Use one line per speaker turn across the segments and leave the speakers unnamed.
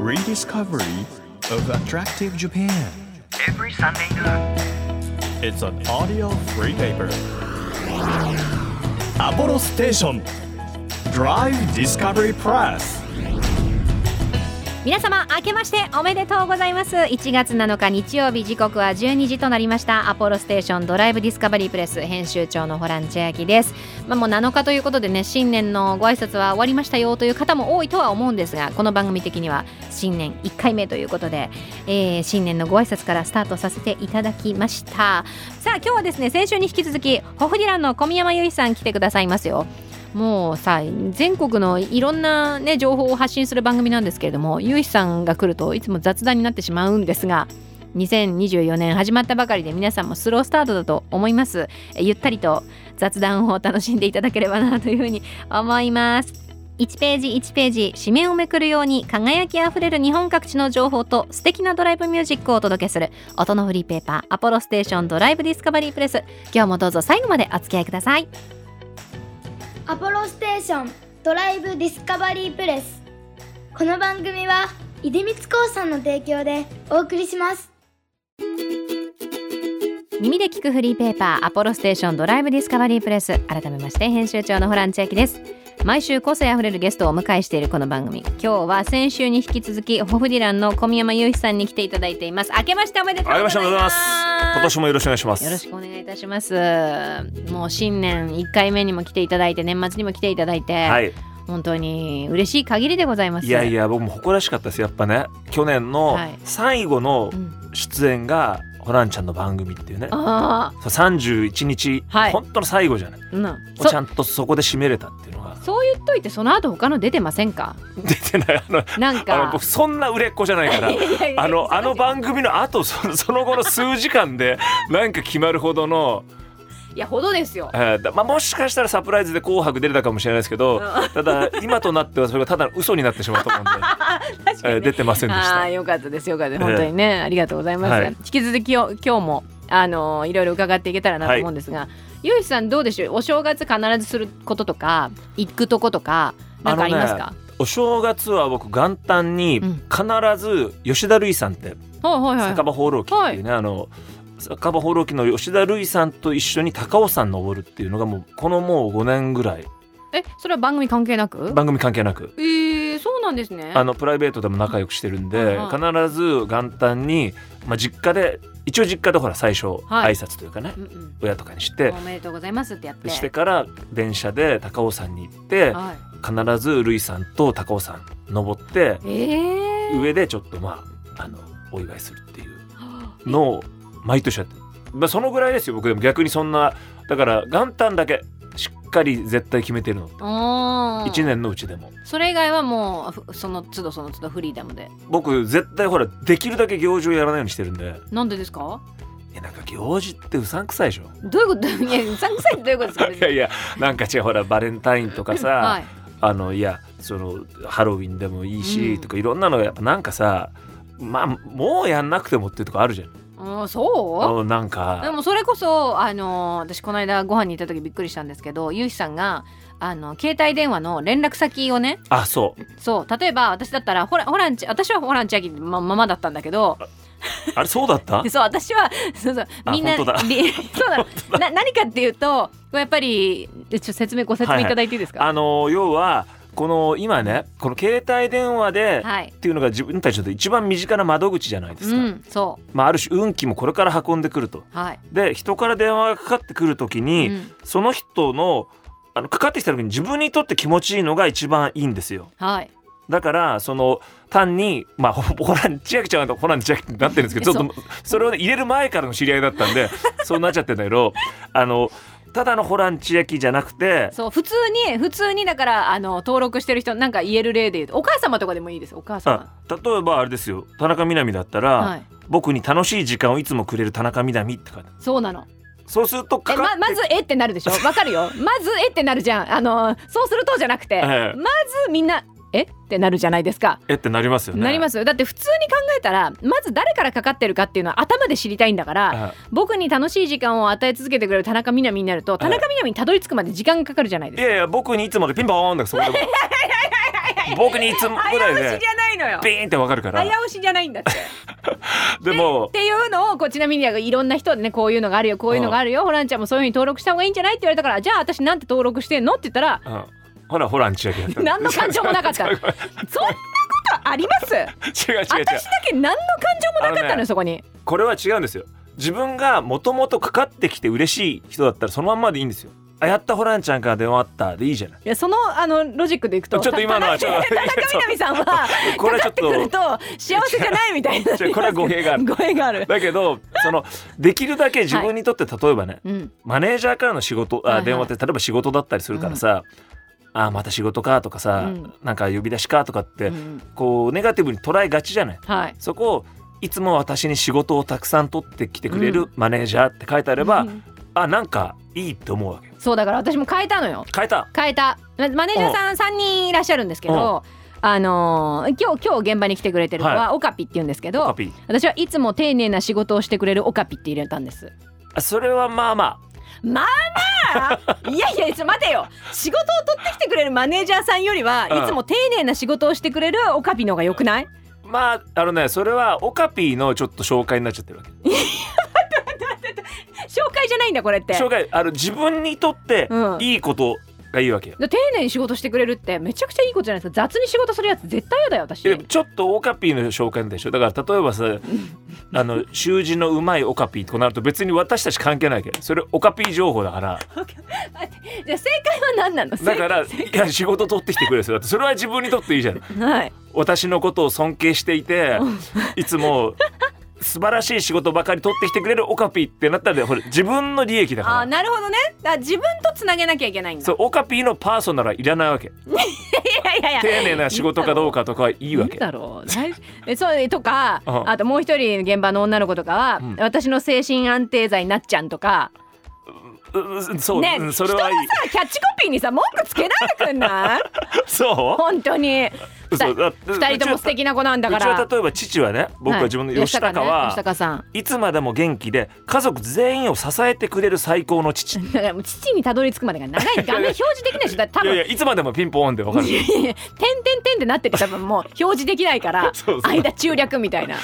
Rediscovery of Attractive Japan
every Sunday noon.
It's an audio free paper Apollo Station Drive Discovery Press
皆様明けましておめでとうございます1月7日日曜日時刻は12時となりましたアポロステーションドライブディスカバリープレス編集長のホラン千秋ですまあもう7日ということでね新年のご挨拶は終わりましたよという方も多いとは思うんですがこの番組的には新年1回目ということで、えー新年のご挨拶からスタートさせていただきましたさあ今日はですね先週に引き続きホフディランの小宮山由依さん来てくださいますよもうさ全国のいろんな、ね、情報を発信する番組なんですけれどもゆうひさんが来るといつも雑談になってしまうんですが2024年始まったばかりで皆さんもスロースタートだと思いますえゆったりと雑談を楽しんでいただければなというふうに思います1ページ1ページ紙面をめくるように輝きあふれる日本各地の情報と素敵なドライブミュージックをお届けする音のフリーペーパー「アポロステーションドライブディスカバリープレス」今日もどうぞ最後までお付き合いください
アポロステーションドライブディスカバリープレスこの番組は出光興産の提供でお送りします
耳で聞くフリーペーパーアポロステーションドライブディスカバリープレス改めまして編集長のホラン千秋です毎週個性あふれるゲストをお迎えしているこの番組今日は先週に引き続きホフディランの小宮山雄飛さんに来ていただいています明けましておめでとうございま
ありが
す
とうございます。今年もよろしくお願いします。
よろしくお願いいたしますもう新年1回目にも来ていただいて年末にも来ていただいて、
はい。
本当に嬉しい限りでございます
いやいや、僕も誇らしかったです。やっぱね、去年の
はい
最後の
うん
出演がホランちゃんの番組っていうね。
ああ
三十一日、
はい
本当の最後じゃない。
うん
ち
そ
ゃんとそこで締めれたっていうのが
そう言っといてその後他の出てませんか
出てな い。あの、
なん
あの
か
僕そんな売れっ子じゃな いから。
いやいや
あのあの番組の後そのその後の数時間でなんか決まるほどの、
いやほどですよ
えーだまあ、もしかしたらサプライズで「紅白」出れたかもしれないですけどただ今となってはそれがただの嘘になってしまうと思うんで、
確か
え
に
ー出てませんでし
ああ
た
ー。よかったですよかったです本当にね、ありがとうございます、
はい
引き続きよ今日もあのーいろいろ伺っていけたらなと思うんですが、ゆうひさんどうでしょうお正月必ずすることとか行くとことかなんかありますか、
お正月は僕元旦に
うん
必ず吉田類さんって
はいはいはい
酒場放浪記っていうね、あの酒場放浪記の吉田類さんと一緒に高尾山登るっていうのがもうこのもう5年ぐらい
えそれは番組関係なく
番組関係なく
えー、そうなんですね
あのプライベートでも仲良くしてるんで
うん
必ず元旦に、まあ、実家で一応実家でほら最初
は
挨
い
拶というかね、
うんうん
親とかにして
おめでとうございますってやって
でしてから電車で高尾山に行って
はい、
必ず類さんと高尾山登って
えー、
上でちょっとまああのお祝いするっていうのを毎年やってる、まあ、そのぐらいですよ僕でも逆にそんなだから元旦だけしっかり絶対決めてるのって
おー
1年のうちでも
それ以外はもうふその都度その都度フリーダムで
僕絶対ほらできるだけ行事をやらないようにしてるんで
なんでですか
いやなんか行事ってうさんくさいでしょ
どういうこと いやうさんくさいってどういうことですか
いやいやなんか違うほらバレンタインとかさ、
はい、
あのいやそのハロウィンでもいいし、
うん
とかいろんなのやっぱなんかさまあもうやんなくてもっていうとこあるじゃん
うんそ
うんなん
うで
か
もそれこそあの私この間ご飯に行った時びっくりしたんですけどゆうひさんがあの携帯電話の連絡先をね
あそう
そう例えば私だったらホラホランチ私はホランチ秋まままだったんだけど
あれそうだった
でそう私はそうそう
あ
みんな
本当だ
りそうなのな何かっていうとやっぱりちょっと説明ご説明いただいていいですか
あの要はこの今ねこの携帯電話で、
はい、
っていうのが自分たちの一番身近な窓口じゃないです
う
か、
んそ
まあ、ある種運気もこれから運んでくると
うはい、
で人から電話がかかってくる時
う
に、
ん、
その人のあのかかってきた時に自分にとって気持ちいいのが一番いいんですよ
はい
だからその単にまあ ほほほら千秋ちゃんとほら千秋になってるんですけどちょっとそれをね入れる前からの知り合いだった んでそうなっちゃってんだけどあのただのホラン千秋じゃなくて
そう普通に普通にだからあの登録してる人なんか言える例で言うとお母様とかでもいいですお母様
あ例えばあれですよ田中みな実だったら、
はい
僕に楽しい時間をいつもくれる田中みな実って書いてある
そうなの
そうするとか
え
か
ま
って
まずえってな るでしょわかるよまずえってなるじゃんあのそうするとじゃなくて、
ええ
まずみんなえってなるじゃないですか、
えってなりますよね
なりますよだって普通に考えたらまず誰からかかってるかっていうのは頭で知りたいんだから、
はい
僕に楽しい時間を与え続けてくれる田中みな実になると田中みな実にたどり着くまで時間がかかるじゃない
い
ですか、
やいや僕にいつまでピンポーンだからそこでも
いやいや
僕にいつもぐら
早
い
押し
で
じゃないのよ
ビーンってわかるから
早押しじゃないん だってっ
でも
ていうのをこうちなみにいろんな人でねこういうのがあるよこういうのがあるよホランちゃんもそういうふうに登録した方がいいんじゃないって言われたからじゃあ私なんて登録してんのって言ったら
うんほらほらん千秋だった
何の感情もなかったそ んなことあります
違う違う違う
私だけ何の感情もなかったの
あの
よ
ね
そこに
これは違うんですよ自分がもともとかかってきて嬉しい人だったらそのまんまでいいんですよあやったホランちゃんから電話あったでいいじゃない
いやそのあのロジックでいくと
ちょっと今のは
田
ちょっ
中
と
田中みな実さんは
これ
か
はち
か
ょ
っ
ってと
くると幸せじゃないみたいになって
違うこれは語弊がある
語弊がある
だけどそのできるだけ自分にとって例えばね、
うん
マネージャーからの仕事あ、
はいはい
電話って例えば仕事だったりするからさ、あまた仕事かとかさ、
うん
なんか呼び出しかとかって、
うん
こうネガティブに捉えがちじゃない
はい
そこをいつも私に仕事をたくさん取ってきてくれるマネージャーって書いてあれば、
うん
あなんかいいって思うわけ
そうだから私も変えたのよ
変えた
変えたまマネージャーさん3人いらっしゃるんですけどあのー今日今日現場に来てくれてるのはオカピって言うんですけ
カ
ど
ピー
私はいつも丁寧な仕事をしてくれるオカピって入れたんです
あそれはまあま
まあなあいやいやちょっと待てよ仕事を取ってきてくれるマネージャーさんよりは
うん
いつも丁寧な仕事をしてくれるオカピの方が良くない
あまああのねそれはオカピーのちょっと紹介になっちゃってるわけ
紹介じゃないんだこれって
紹介あの自分にとって
うん
いいことがいいわけよ、
で丁寧に仕事してくれるってめちゃくちゃいいことじゃないですか雑に仕事するやつ絶対嫌だよ私
でもちょっとオカピーの紹介なんでしょだから例えばさあの習字のうまいオカピーとかなると別に私たち関係ないわけどそれオカピー情報だから
じゃあ正解は何なの
だからい
正解
や仕事取ってきてくれるんですよだってそれは自分にとっていいじゃん
はい
私のことを尊敬していて
うん
いつも素晴らしい仕事ばかり取ってきてくれるオカピーってなったらほら自分の利益だ
あー
から
なるほどねだから自分とつなげなきゃいけないんだ
そうオカピーのパーソナルはいらないわけ
いやいやいや
丁寧な仕事かどう
か
かとかはいいわけ
だろう大えそうとか
うん
あともう一人現場の女の子とかは、
うん
私の精神安定剤になっちゃんとか
うんそう、
ね
うん
人
そ
の
れ
さ
はいい
キャッチコピーにさ文句つけないでくん ない
そう
本当にふた
嘘だって
二人とも素敵な子なんだか
うち
ら
は例えば父はね僕は自分の吉高
ね、
は
吉、高さん
いつまでも元気で家族全員を支えてくれる最高の父い
だからもう父にたどり着くまでが長い画面表示できないでしょだって多分
やいやいつまでもピンポーンでわかる
いやいや点点点ってなってて多分もう表示できないから
そうそう
間中略みたいな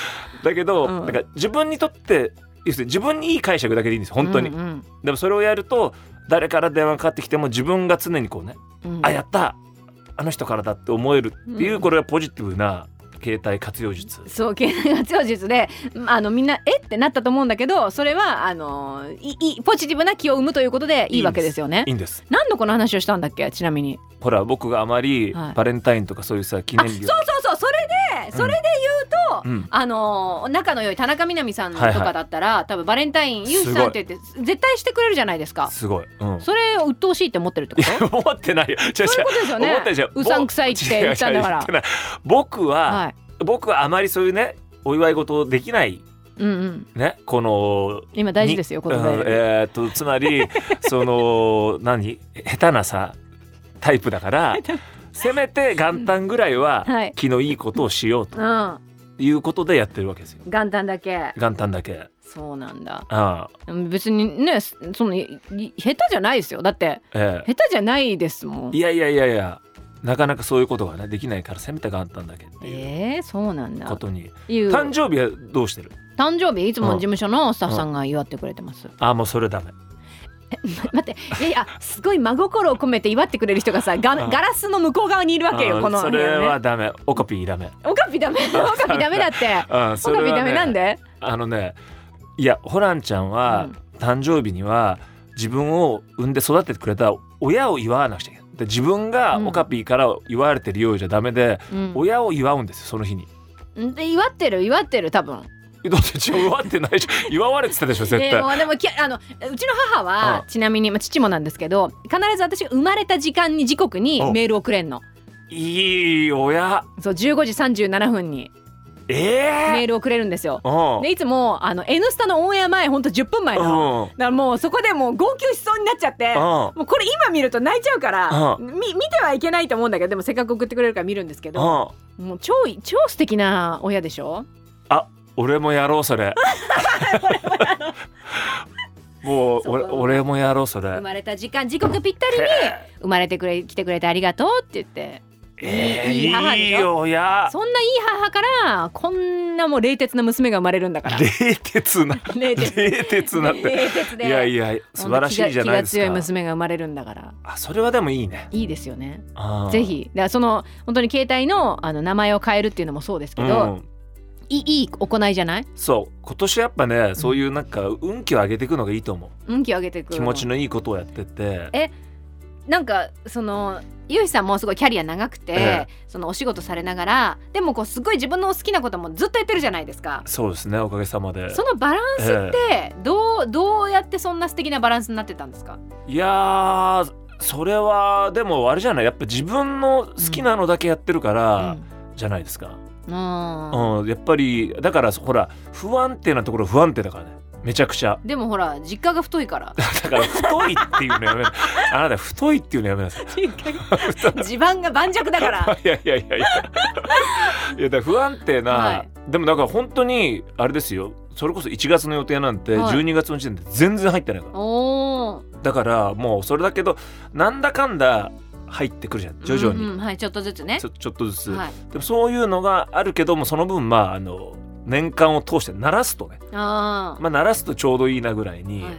だけど、
うん
なんか自分にとって要するに自分にいい解釈だけでいいんです本当に、
うんうん
でもそれをやると誰から電話がかかってきても自分が常にこうね、
うん
あやったあの人からだって思えるっていう、
うん
これはポジティブな携帯活用術
そう経済活用術でまああのみんなえってなったと思うんだけどそれはあのいいいポジティブな気を生むということでいいわけですよね
いいんです
何のこの話をしたんだっけちなみに
ほら僕があまり
はい
バレンタインとかそういうさ記
あ
念
そうそ
日
う
を、
そうそれでそれで言うと、
うん
あの仲の良い田中みな実さんとかだったら、多分バレンタインゆうじさんって言って絶対してくれるじゃないですか
すごい、うん、
それを鬱陶しいって思ってるってこと
思ってないよ。そう
そういうことですよね
思ってないじゃん
うさんくさいって言ったんだから
違う違う言ってない僕は、
はい
僕はあまりそういうね、お祝い事をできない
うんうん
ね、この。
今大事ですよ
に
言葉
うん
選び
えーっと、つま り、その、何、下手なさ、タイプ だから。せめて元旦ぐらいは、
はい
気のいいことをしようと
うん
いうことでやってるわけですよ。
元旦だけ
元旦だけ。
そうなんだ
ああ、
別にねそのいい下手じゃないですよだって
え
下手じゃないですもん
えいやいやいやいや、なかなかそういうことがね、できないから、せめて元旦だけっていう
えー、そうなんだ
ことに。
いう
誕
誕
生日はどうしてる。
生日いつも事務所のスタッフさんが祝ってくれてます、
ああ、もうそれダメ。
待っていやいやすごい真心を込めて祝ってくれる人がさが
うん
ガラスの向こう側にいるわけ
う
よ
ん
この
そ
部
れ
屋
は
ね
ダメオカピーダメ
オカピダメ オカピダメだって
うん
オ
そ
カ
れは
ピ
ね
ダメなんで
あのねいやホランちゃんは、誕生日には自分を産んで育ててくれた親を祝わなくちゃいけないで自分が
うん
オカピーから祝われてるようじゃダメで、
うん
親を祝うんですよその日に
うんで祝ってる祝ってる多分
だって違う祝ってないし祝われてたでしょ絶対、
でもでもきあのうちの母は
うん
ちなみに、まあ、父もなんですけど必ず私が生まれた時間に時刻に
うん
メールをくれんの
いい親
そう15時37分に
え
メ
え
ールをくれるんですよ
うん
でいつもあの「N スタ」のオンエア前ほんと10分前
う
のだか
ん
らもうそこでもう号泣しそうになっちゃって
うん
もうこれ今見ると泣いちゃうから
う
み見てはいけないと思うんだけどでもせっかく送ってくれるから見るんですけど
うん
もう超超素敵な親でしょ
あ、俺もやろうそれ。 もう
そう
俺俺もやろうそ
生
れ。
まれた時間時刻ぴったりに生まれてくれ来てくれてありがとうって言って
えー、
いい母で
い
し
い
ょ
親
そんないい母からこんなもう冷徹な娘が生まれるんだから
冷徹な
冷徹
冷徹なっ
冷
て
徹で
いやいや素晴らしいじゃな
気
いで
が強い
すか
娘が生まれるんだから
あそれはでもいいね
いいですよね
あー
ぜひだからその本当に携帯のあの名前を変えるっていうのもそうですけど、
うん
いいいい行いじゃない
そう今年やっぱねそういうなんか運気を上げていくのがいいと思う、
運気を上げていく
気持ちのいいことをやってって
えなんかそのゆうひさんもすごいキャリア長くて、
ええ
そのお仕事されながらでもこうすごい自分の好きなこともずっとやってるじゃないですか。
そうですねおかげさまで
そのバランスってどう,、どうやってそんな素敵なバランスになってたんですか
いやーそれはでもあれじゃないやっぱ自分の好きなのだけやってるから、じゃないですか、
うんうん
うん、やっぱりだからほら不安定なところ不安定だからねめちゃくちゃ
でもほら実家が太いから
だから太いっていうのや めなあなた太いっていうのやめなさい
実家 が地盤が盤石だから
いやいやいやいやいやだから不安定な、
はい
でもだから本当にあれですよそれこそ1月の予定なんて
はい
12月の時点で全然入ってないから、
おお
だからもうそれだけどなんだかんだ入ってくるじゃん徐々に、
うんうんはいちょっとずつね
ちょちょっとずつ、
はい
でもそういうのがあるけどもその分まああの年間を通して鳴らすとね、
あー
まあ、鳴らすとちょうどいいなぐらい
はい
に、
はい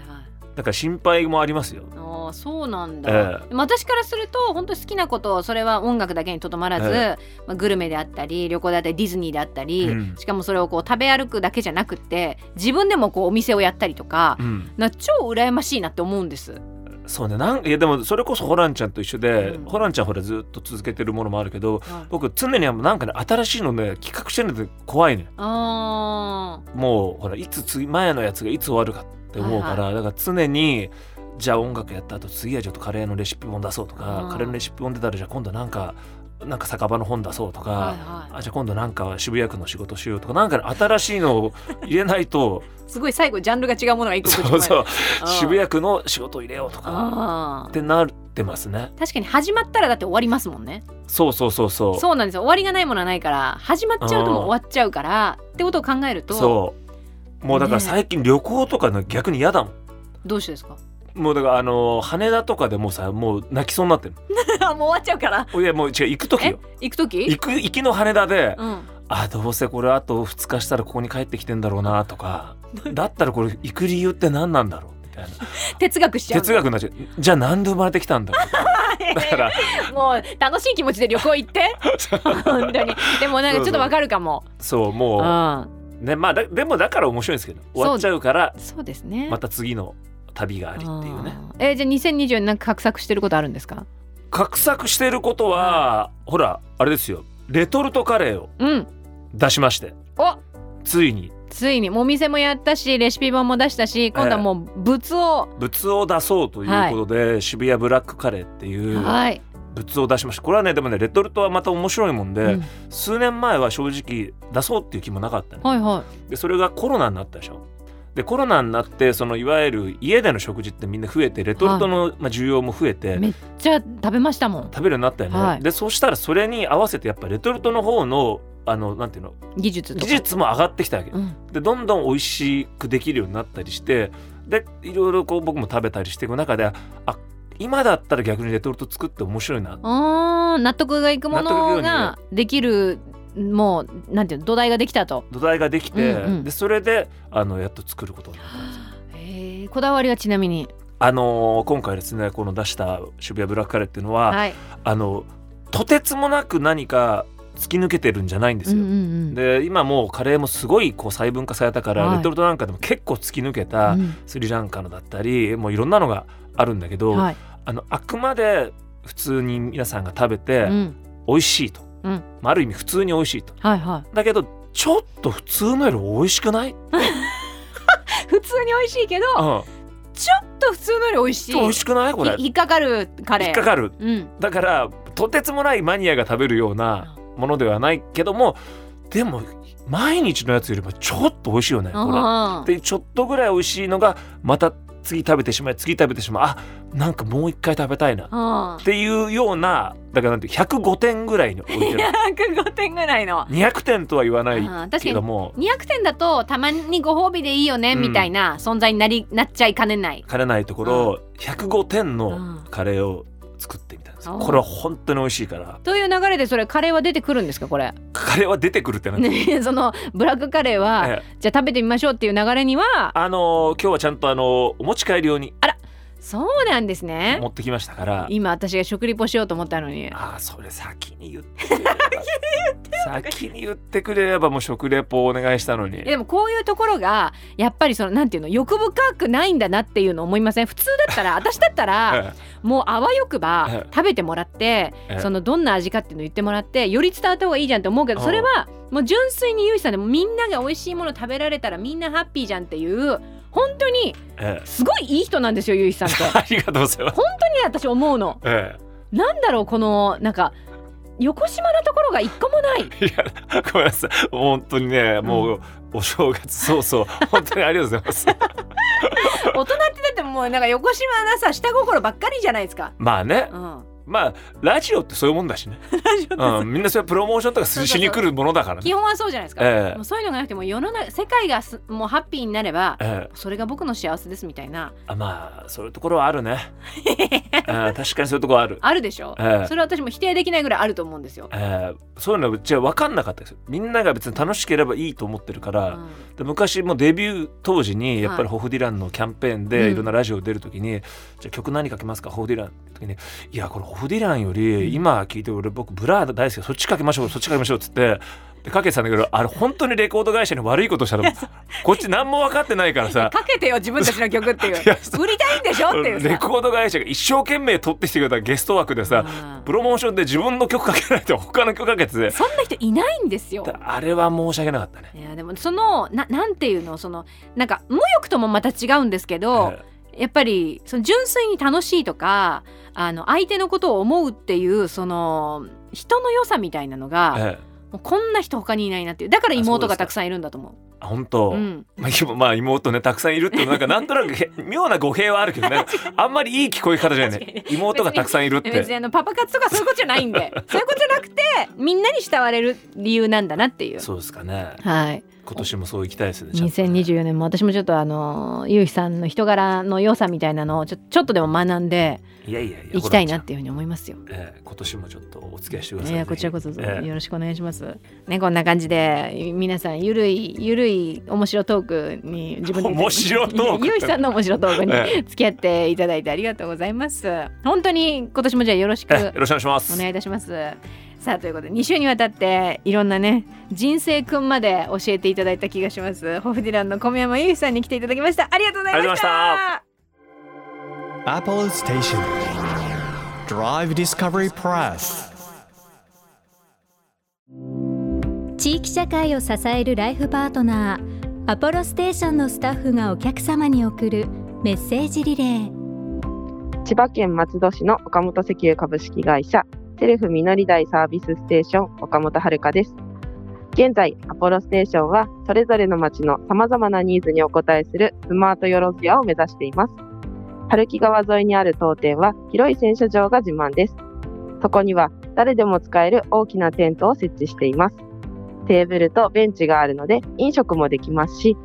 だから心配もありますよ。
あーそうなん
え
だ、
え
でも私からすると本当好きなことそれは音楽だけにとどまらず、
え
まあ、グルメであったり旅行であったりディズニーであったり、
うん
しかもそれをこう食べ歩くだけじゃなくって自分でもこうお店をやったりとか
う、ん、
な超羨ましいなって思うんです。
そうねなんいやでもそれこそホランちゃんと一緒で、
うん
ホランちゃんほらずっと続けてるものもあるけど僕常にあのなんかね新しいのね企画してるので怖いね
あ
もうほらいつ次前のやつがいつ終わるかって思うから、
は
だから常にじゃあ音楽やった後次はちょっとカレーのレシピ本出そうとか、
うん
カレーのレシピ本出たらじゃあ今度なんかなんか酒場の本出そうとか、
あ、はいは
あじゃあ今度なんか渋谷区の仕事しようとかなんかね新しいのを入れないと
い。すごい最後ジャンルが違うものが一個口に
そうそう
あー
渋谷区の仕事を入れようとか
あ
っ
ー
てなってますね
確かに始まったらだって終わりますもんね。
そうそうそうそう
そうなんですよ終わりがないものはないから始まっちゃうともう終わっちゃうからってことを考えると
そうもうだから
ね
最近旅行とかの逆に嫌だもん
どうしてですか
もうだからあのー羽田とかでもうさもう泣きそうになってる
もう終わっちゃうから
いやもう違う行く時よ
行く時
行く行きの羽田で、
うん、
あどうせこれあと2日したらここに帰ってきてんだろうなとかだったらこれ行く理由って何なんだろうみたいな
哲学しちゃう
哲 学になっちゃうじゃあなんで生まれてきたんだろうだから
もう楽しい気持ちで旅行行って 本当にでもなんかちょっとわかるかも
そう
う
も
ん
うねまあだでもだから面白いんですけど終わっちゃうから
そうですね
また次の旅がありっていうね
あーえーじゃあ2024年なんか画策してることあるんですか
画策してることはほらあれですよレトルトカレーを
うん
出しまして
お
ついに
ついにもうお店もやったしレシピ本も出したし今度はもう物を、
物を出そうということで、渋谷ブラックカレーっていう
はい、
物を出しましたこれはねでもねレトルトはまた面白いもんで、
うん
数年前は正直出そうっていう気もなかったの
はいは
でそれがコロナになったでしょでコロナになってそのいわゆる家での食事ってみんな増えてレトルトの、まあ、需要も増えて
いめっちゃ食べましたもん
食べるようになったよね、
はい
でそうしたらそれに合わせてやっぱレトルトの方のあのなんていうの
技術とか
技術も上がってきたわけよ
うん
でどんどん美味しくできるようになったりしてでいろいろこう僕も食べたりしていく中であ今だったら逆にレトルト作って面白いな
あー納得がいくもの
納得いくよ
ができるもうなんていうの土台ができたと
土台ができて、
うんうん
でそれであのやっと作ることになったんですよ
えーこだわりはちなみに
あのー今回ですねこの出した渋谷ブラックカレーっていうのは、
はい
あのとてつもなく何か突き抜けてるんじゃないんで
う
す
ん
よ。
うんうん
で今もうカレーもすごいこう細分化されたから、
はい
レトルトなんかでも結構突き抜けた
うん
スリランカのだったりもういろんなのがあるんだけど、
はい
あのあくまで普通に皆さんが食べて
うん
美味しいと、
うん
まあ、ある意味普通に美味しいと
はいは
だけどちょっと普通のより美味しくない、
い普通に美味しいけど
うん、
ちょっと普通のより美味しい
美味しくないこれ
ひ引っかかるカレー
引っかかる
うん
だからとてつもないマニアが食べるようなものではないけどもでも毎日のやつよりもちょっと美味しいよねこれ
あー
でちょっとぐらい美味しいのがまた次食べてしまい次食べてしまうあなんかもう一回食べたいなっ
あー
ていうようなだからなんて105点ぐらいの置いてる
105点ぐらいの
200点とは言わな
あー確かに
いけども
200点だとたまにご褒美でいいよね
うん
みたいな存在になりなっちゃいかねない
枯れないところ105点のカレーを作ってみたんです
あー
これは本当に美味しいから
という流れでそれカレーは出てくるんですかこれ、
カレーは出てくるってなって、
ね、 そのブラックカレーは、
ええ
じゃあ食べてみましょうっていう流れには
あのー今日はちゃんとあのーお持ち帰り用に
そうなんですね
持ってきましたから
今私が食リポしようと思ったのに
ああそれ先に言ってくれれば先に言ってくれればもう食レポをお願いしたのに
でもこういうところがやっぱりそのなんていうの欲深くないんだなっていうの思いません普通だ ったら私だったら
え
もうあわよくば
ええ
食べてもらって
ええ
そのどんな味かっていうの言ってもらってより伝わった方がいいじゃんって思うけど
うん
それはもう純粋にゆうじさんでもみんなが美味しいもの食べられたらみんなハッピーじゃんっていう本当に
ええ
すごいいい人なんですよゆうじさんって。
ありがとうございます、
ね私思うの
え
なんだろうこのなんか横島なところが一個も ない
えいやごめんなさい本当にねもう、お正月そうそう本当にありがとう ございます
大人ってだってもうなんか横島なさ下心ばっかりじゃないですか。
まあね
うん
まあラジオってそういうもん だしね、うん、みんなそれプロモーションとか
そう
し
そうそう
しに来るものだからね
基本はそうじゃないですか、
ええ
もうそういうのがなくても世の中世界がすもうハッピーになれば
ええ
それが僕の幸せですみたいな
あまあそういうところはあ るね、ええ確かにそういうところはある
あるでしょ、
ええ
それは私も否定できないぐらいあると思うんですよ、
えーそういうのはうちは分かんなかったですみんなが別に楽しければいいと思ってるか
う
ら、
ん
で昔もうデビュー当時にやっぱ
は
り
い
ホフディランのキャンペーン
う
で
ん
いろんなラジオ出る時に、じゃあ曲何かけますかホフディランって時にいやこれホフディランより今聞いてる俺僕ブラー大好きだそっちかけましょうそっちかけましょうっつって。でかけてたんだけどあれ本当にレコード会社に悪いことしたの こっち何も分かってないからさ
かけてよ自分たちの曲っていう
いやそう
売りたいんでしょっていう
レ
さ
コード会社が一生懸命取ってきてくれたゲスト枠でさ
うん
プロモーションで自分の曲かけないと他の曲かけてて
そんな人いないんですよ
だからあれは申し訳なかったね。
いやでもそのななんていうのそのなんか無欲ともまた違うんですけど、やっぱりその純粋に楽しいとかあの相手のことを思うっていうその人の良さみたいなのが、
ええ
もうこんな人他にいないなっていうだから妹がたくさんいるんだと思
あ本
う
当、
うん、
まあでもまあ妹ねたくさんいるって いうのなんかなんとなくへ妙な語弊はあるけどねあんまりいい聞こえ方じゃな
確か
い妹がたくさんいるっ
別に
て
あのパパ活とかそういうことじゃないん でそういうことじゃなくてみんなに慕われる理由なんだなっていう
そうですかね
はい
今年もそう行きたいですねちゃんとね
2024年も私もちょっとあのゆうひさんの人柄の良さみたいなのをちょちょっとでも学んで
いやいやいや
いきたいなっ
ホ
ていうふうに思いますよ
ランちゃんええ今年もちょっとお付き合いしてください
いやこちらこそ
ぜひええ
よろしくお願いします、ねこんな感じで皆さんゆるいゆるい面白トークに自分で
面白トークって
ゆうひさんの面白トーク
え
に付き合っていただいてありがとうございます本当に今年もじゃあよろしく
ええよろしくお願いします
お願いいたしますさあということで2週にわたっていろんなね人生くんまで教えていただいた気がしますホフディランの小宮山ゆうひさんに来ていただきましたありがとうございました
ありがとうござい
Apollo Station. Drive Discovery Press.
地域社会を支えるライフパートナーアポロステーションのスタッフがお客様に送るメッセージリレー
千葉県松戸市の岡本石油株式会社セルフ実り台サービスステーション岡本遥です現在アポロステーションはそれぞれの町のさまざまなニーズにお応えするスマートよろずやを目指しています春木川沿いにある当店は広い洗車場が自慢ですそこには誰でも使える大きなテントを設置していますテーブルとベンチがあるので飲食もできますし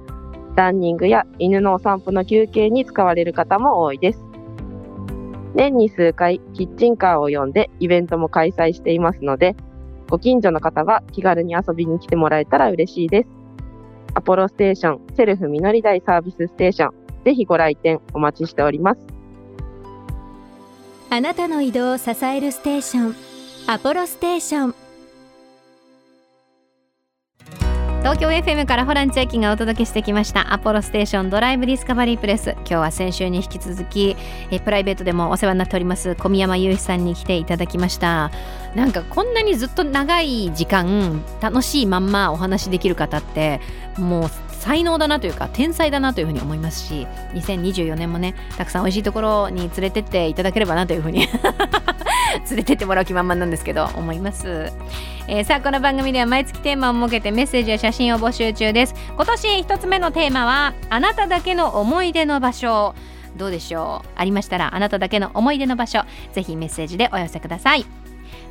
ランニングや犬のお散歩の休憩に使われる方も多いです年に数回キッチンカーを呼んでイベントも開催していますのでご近所の方は気軽に遊びに来てもらえたら嬉しいですアポロステーションセルフ実り台サービスステーションぜひご来店お待ちしております
あなたの移動を支えるステーションアポロステーション
東京 FM からホラン千秋がお届けしてきました「アポロステーションドライブ・ディスカバリー・プレス」今日は先週に引き続きえプライベートでもお世話になっております小宮山雄一さんに来ていただきましたなんかこんなにずっと長い時間楽しいまんまお話しできる方ってもう才能だなというか天才だなというふうに思いますし2024年もねたくさん美味しいところに連れてっていただければなというふうに 連れてってもらう気満々なんですけど思います。えーさあこの番組では毎月テーマを設けてメッセージや写真を募集中です今年一つ目のテーマはあなただけの思い出の場所どうでしょうありましたらあなただけの思い出の場所ぜひメッセージでお寄せください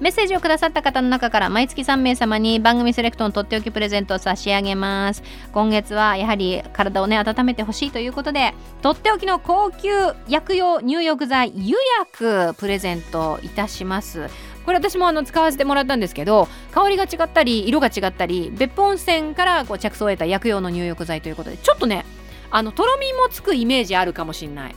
メッセージをくださった方の中から毎月3名様に番組セレクトのとっておきプレゼントを差し上げます今月はやはり体をね温めてほしいということでとっておきの高級薬用入浴剤湯薬プレゼントいたしますこれ私もあの使わせてもらったんですけど香りが違ったり色が違ったり別府温泉からこう着想を得た薬用の入浴剤ということでちょっとねあのとろみもつくイメージあるかもしんない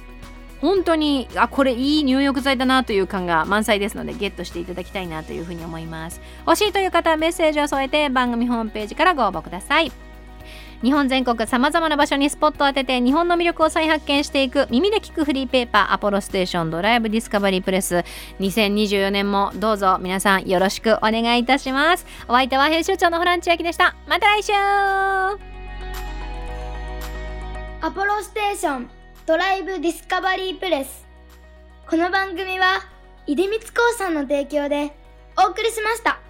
本当にあこれいい入浴剤だなという感が満載ですのでゲットしていただきたいなというふうに思います欲しいという方はメッセージを添えて番組ホームページからご応募ください日本全国さまざまな場所にスポットを当てて日本の魅力を再発見していく耳で聞くフリーペーパーアポロステーションドライブディスカバリープレス2024年もどうぞ皆さんよろしくお願いいたしますお相手は編集長のホラン千秋でしたまた来週
アポロステーションドライブディスカバリープレスこの番組は出光興産の提供でお送りしました。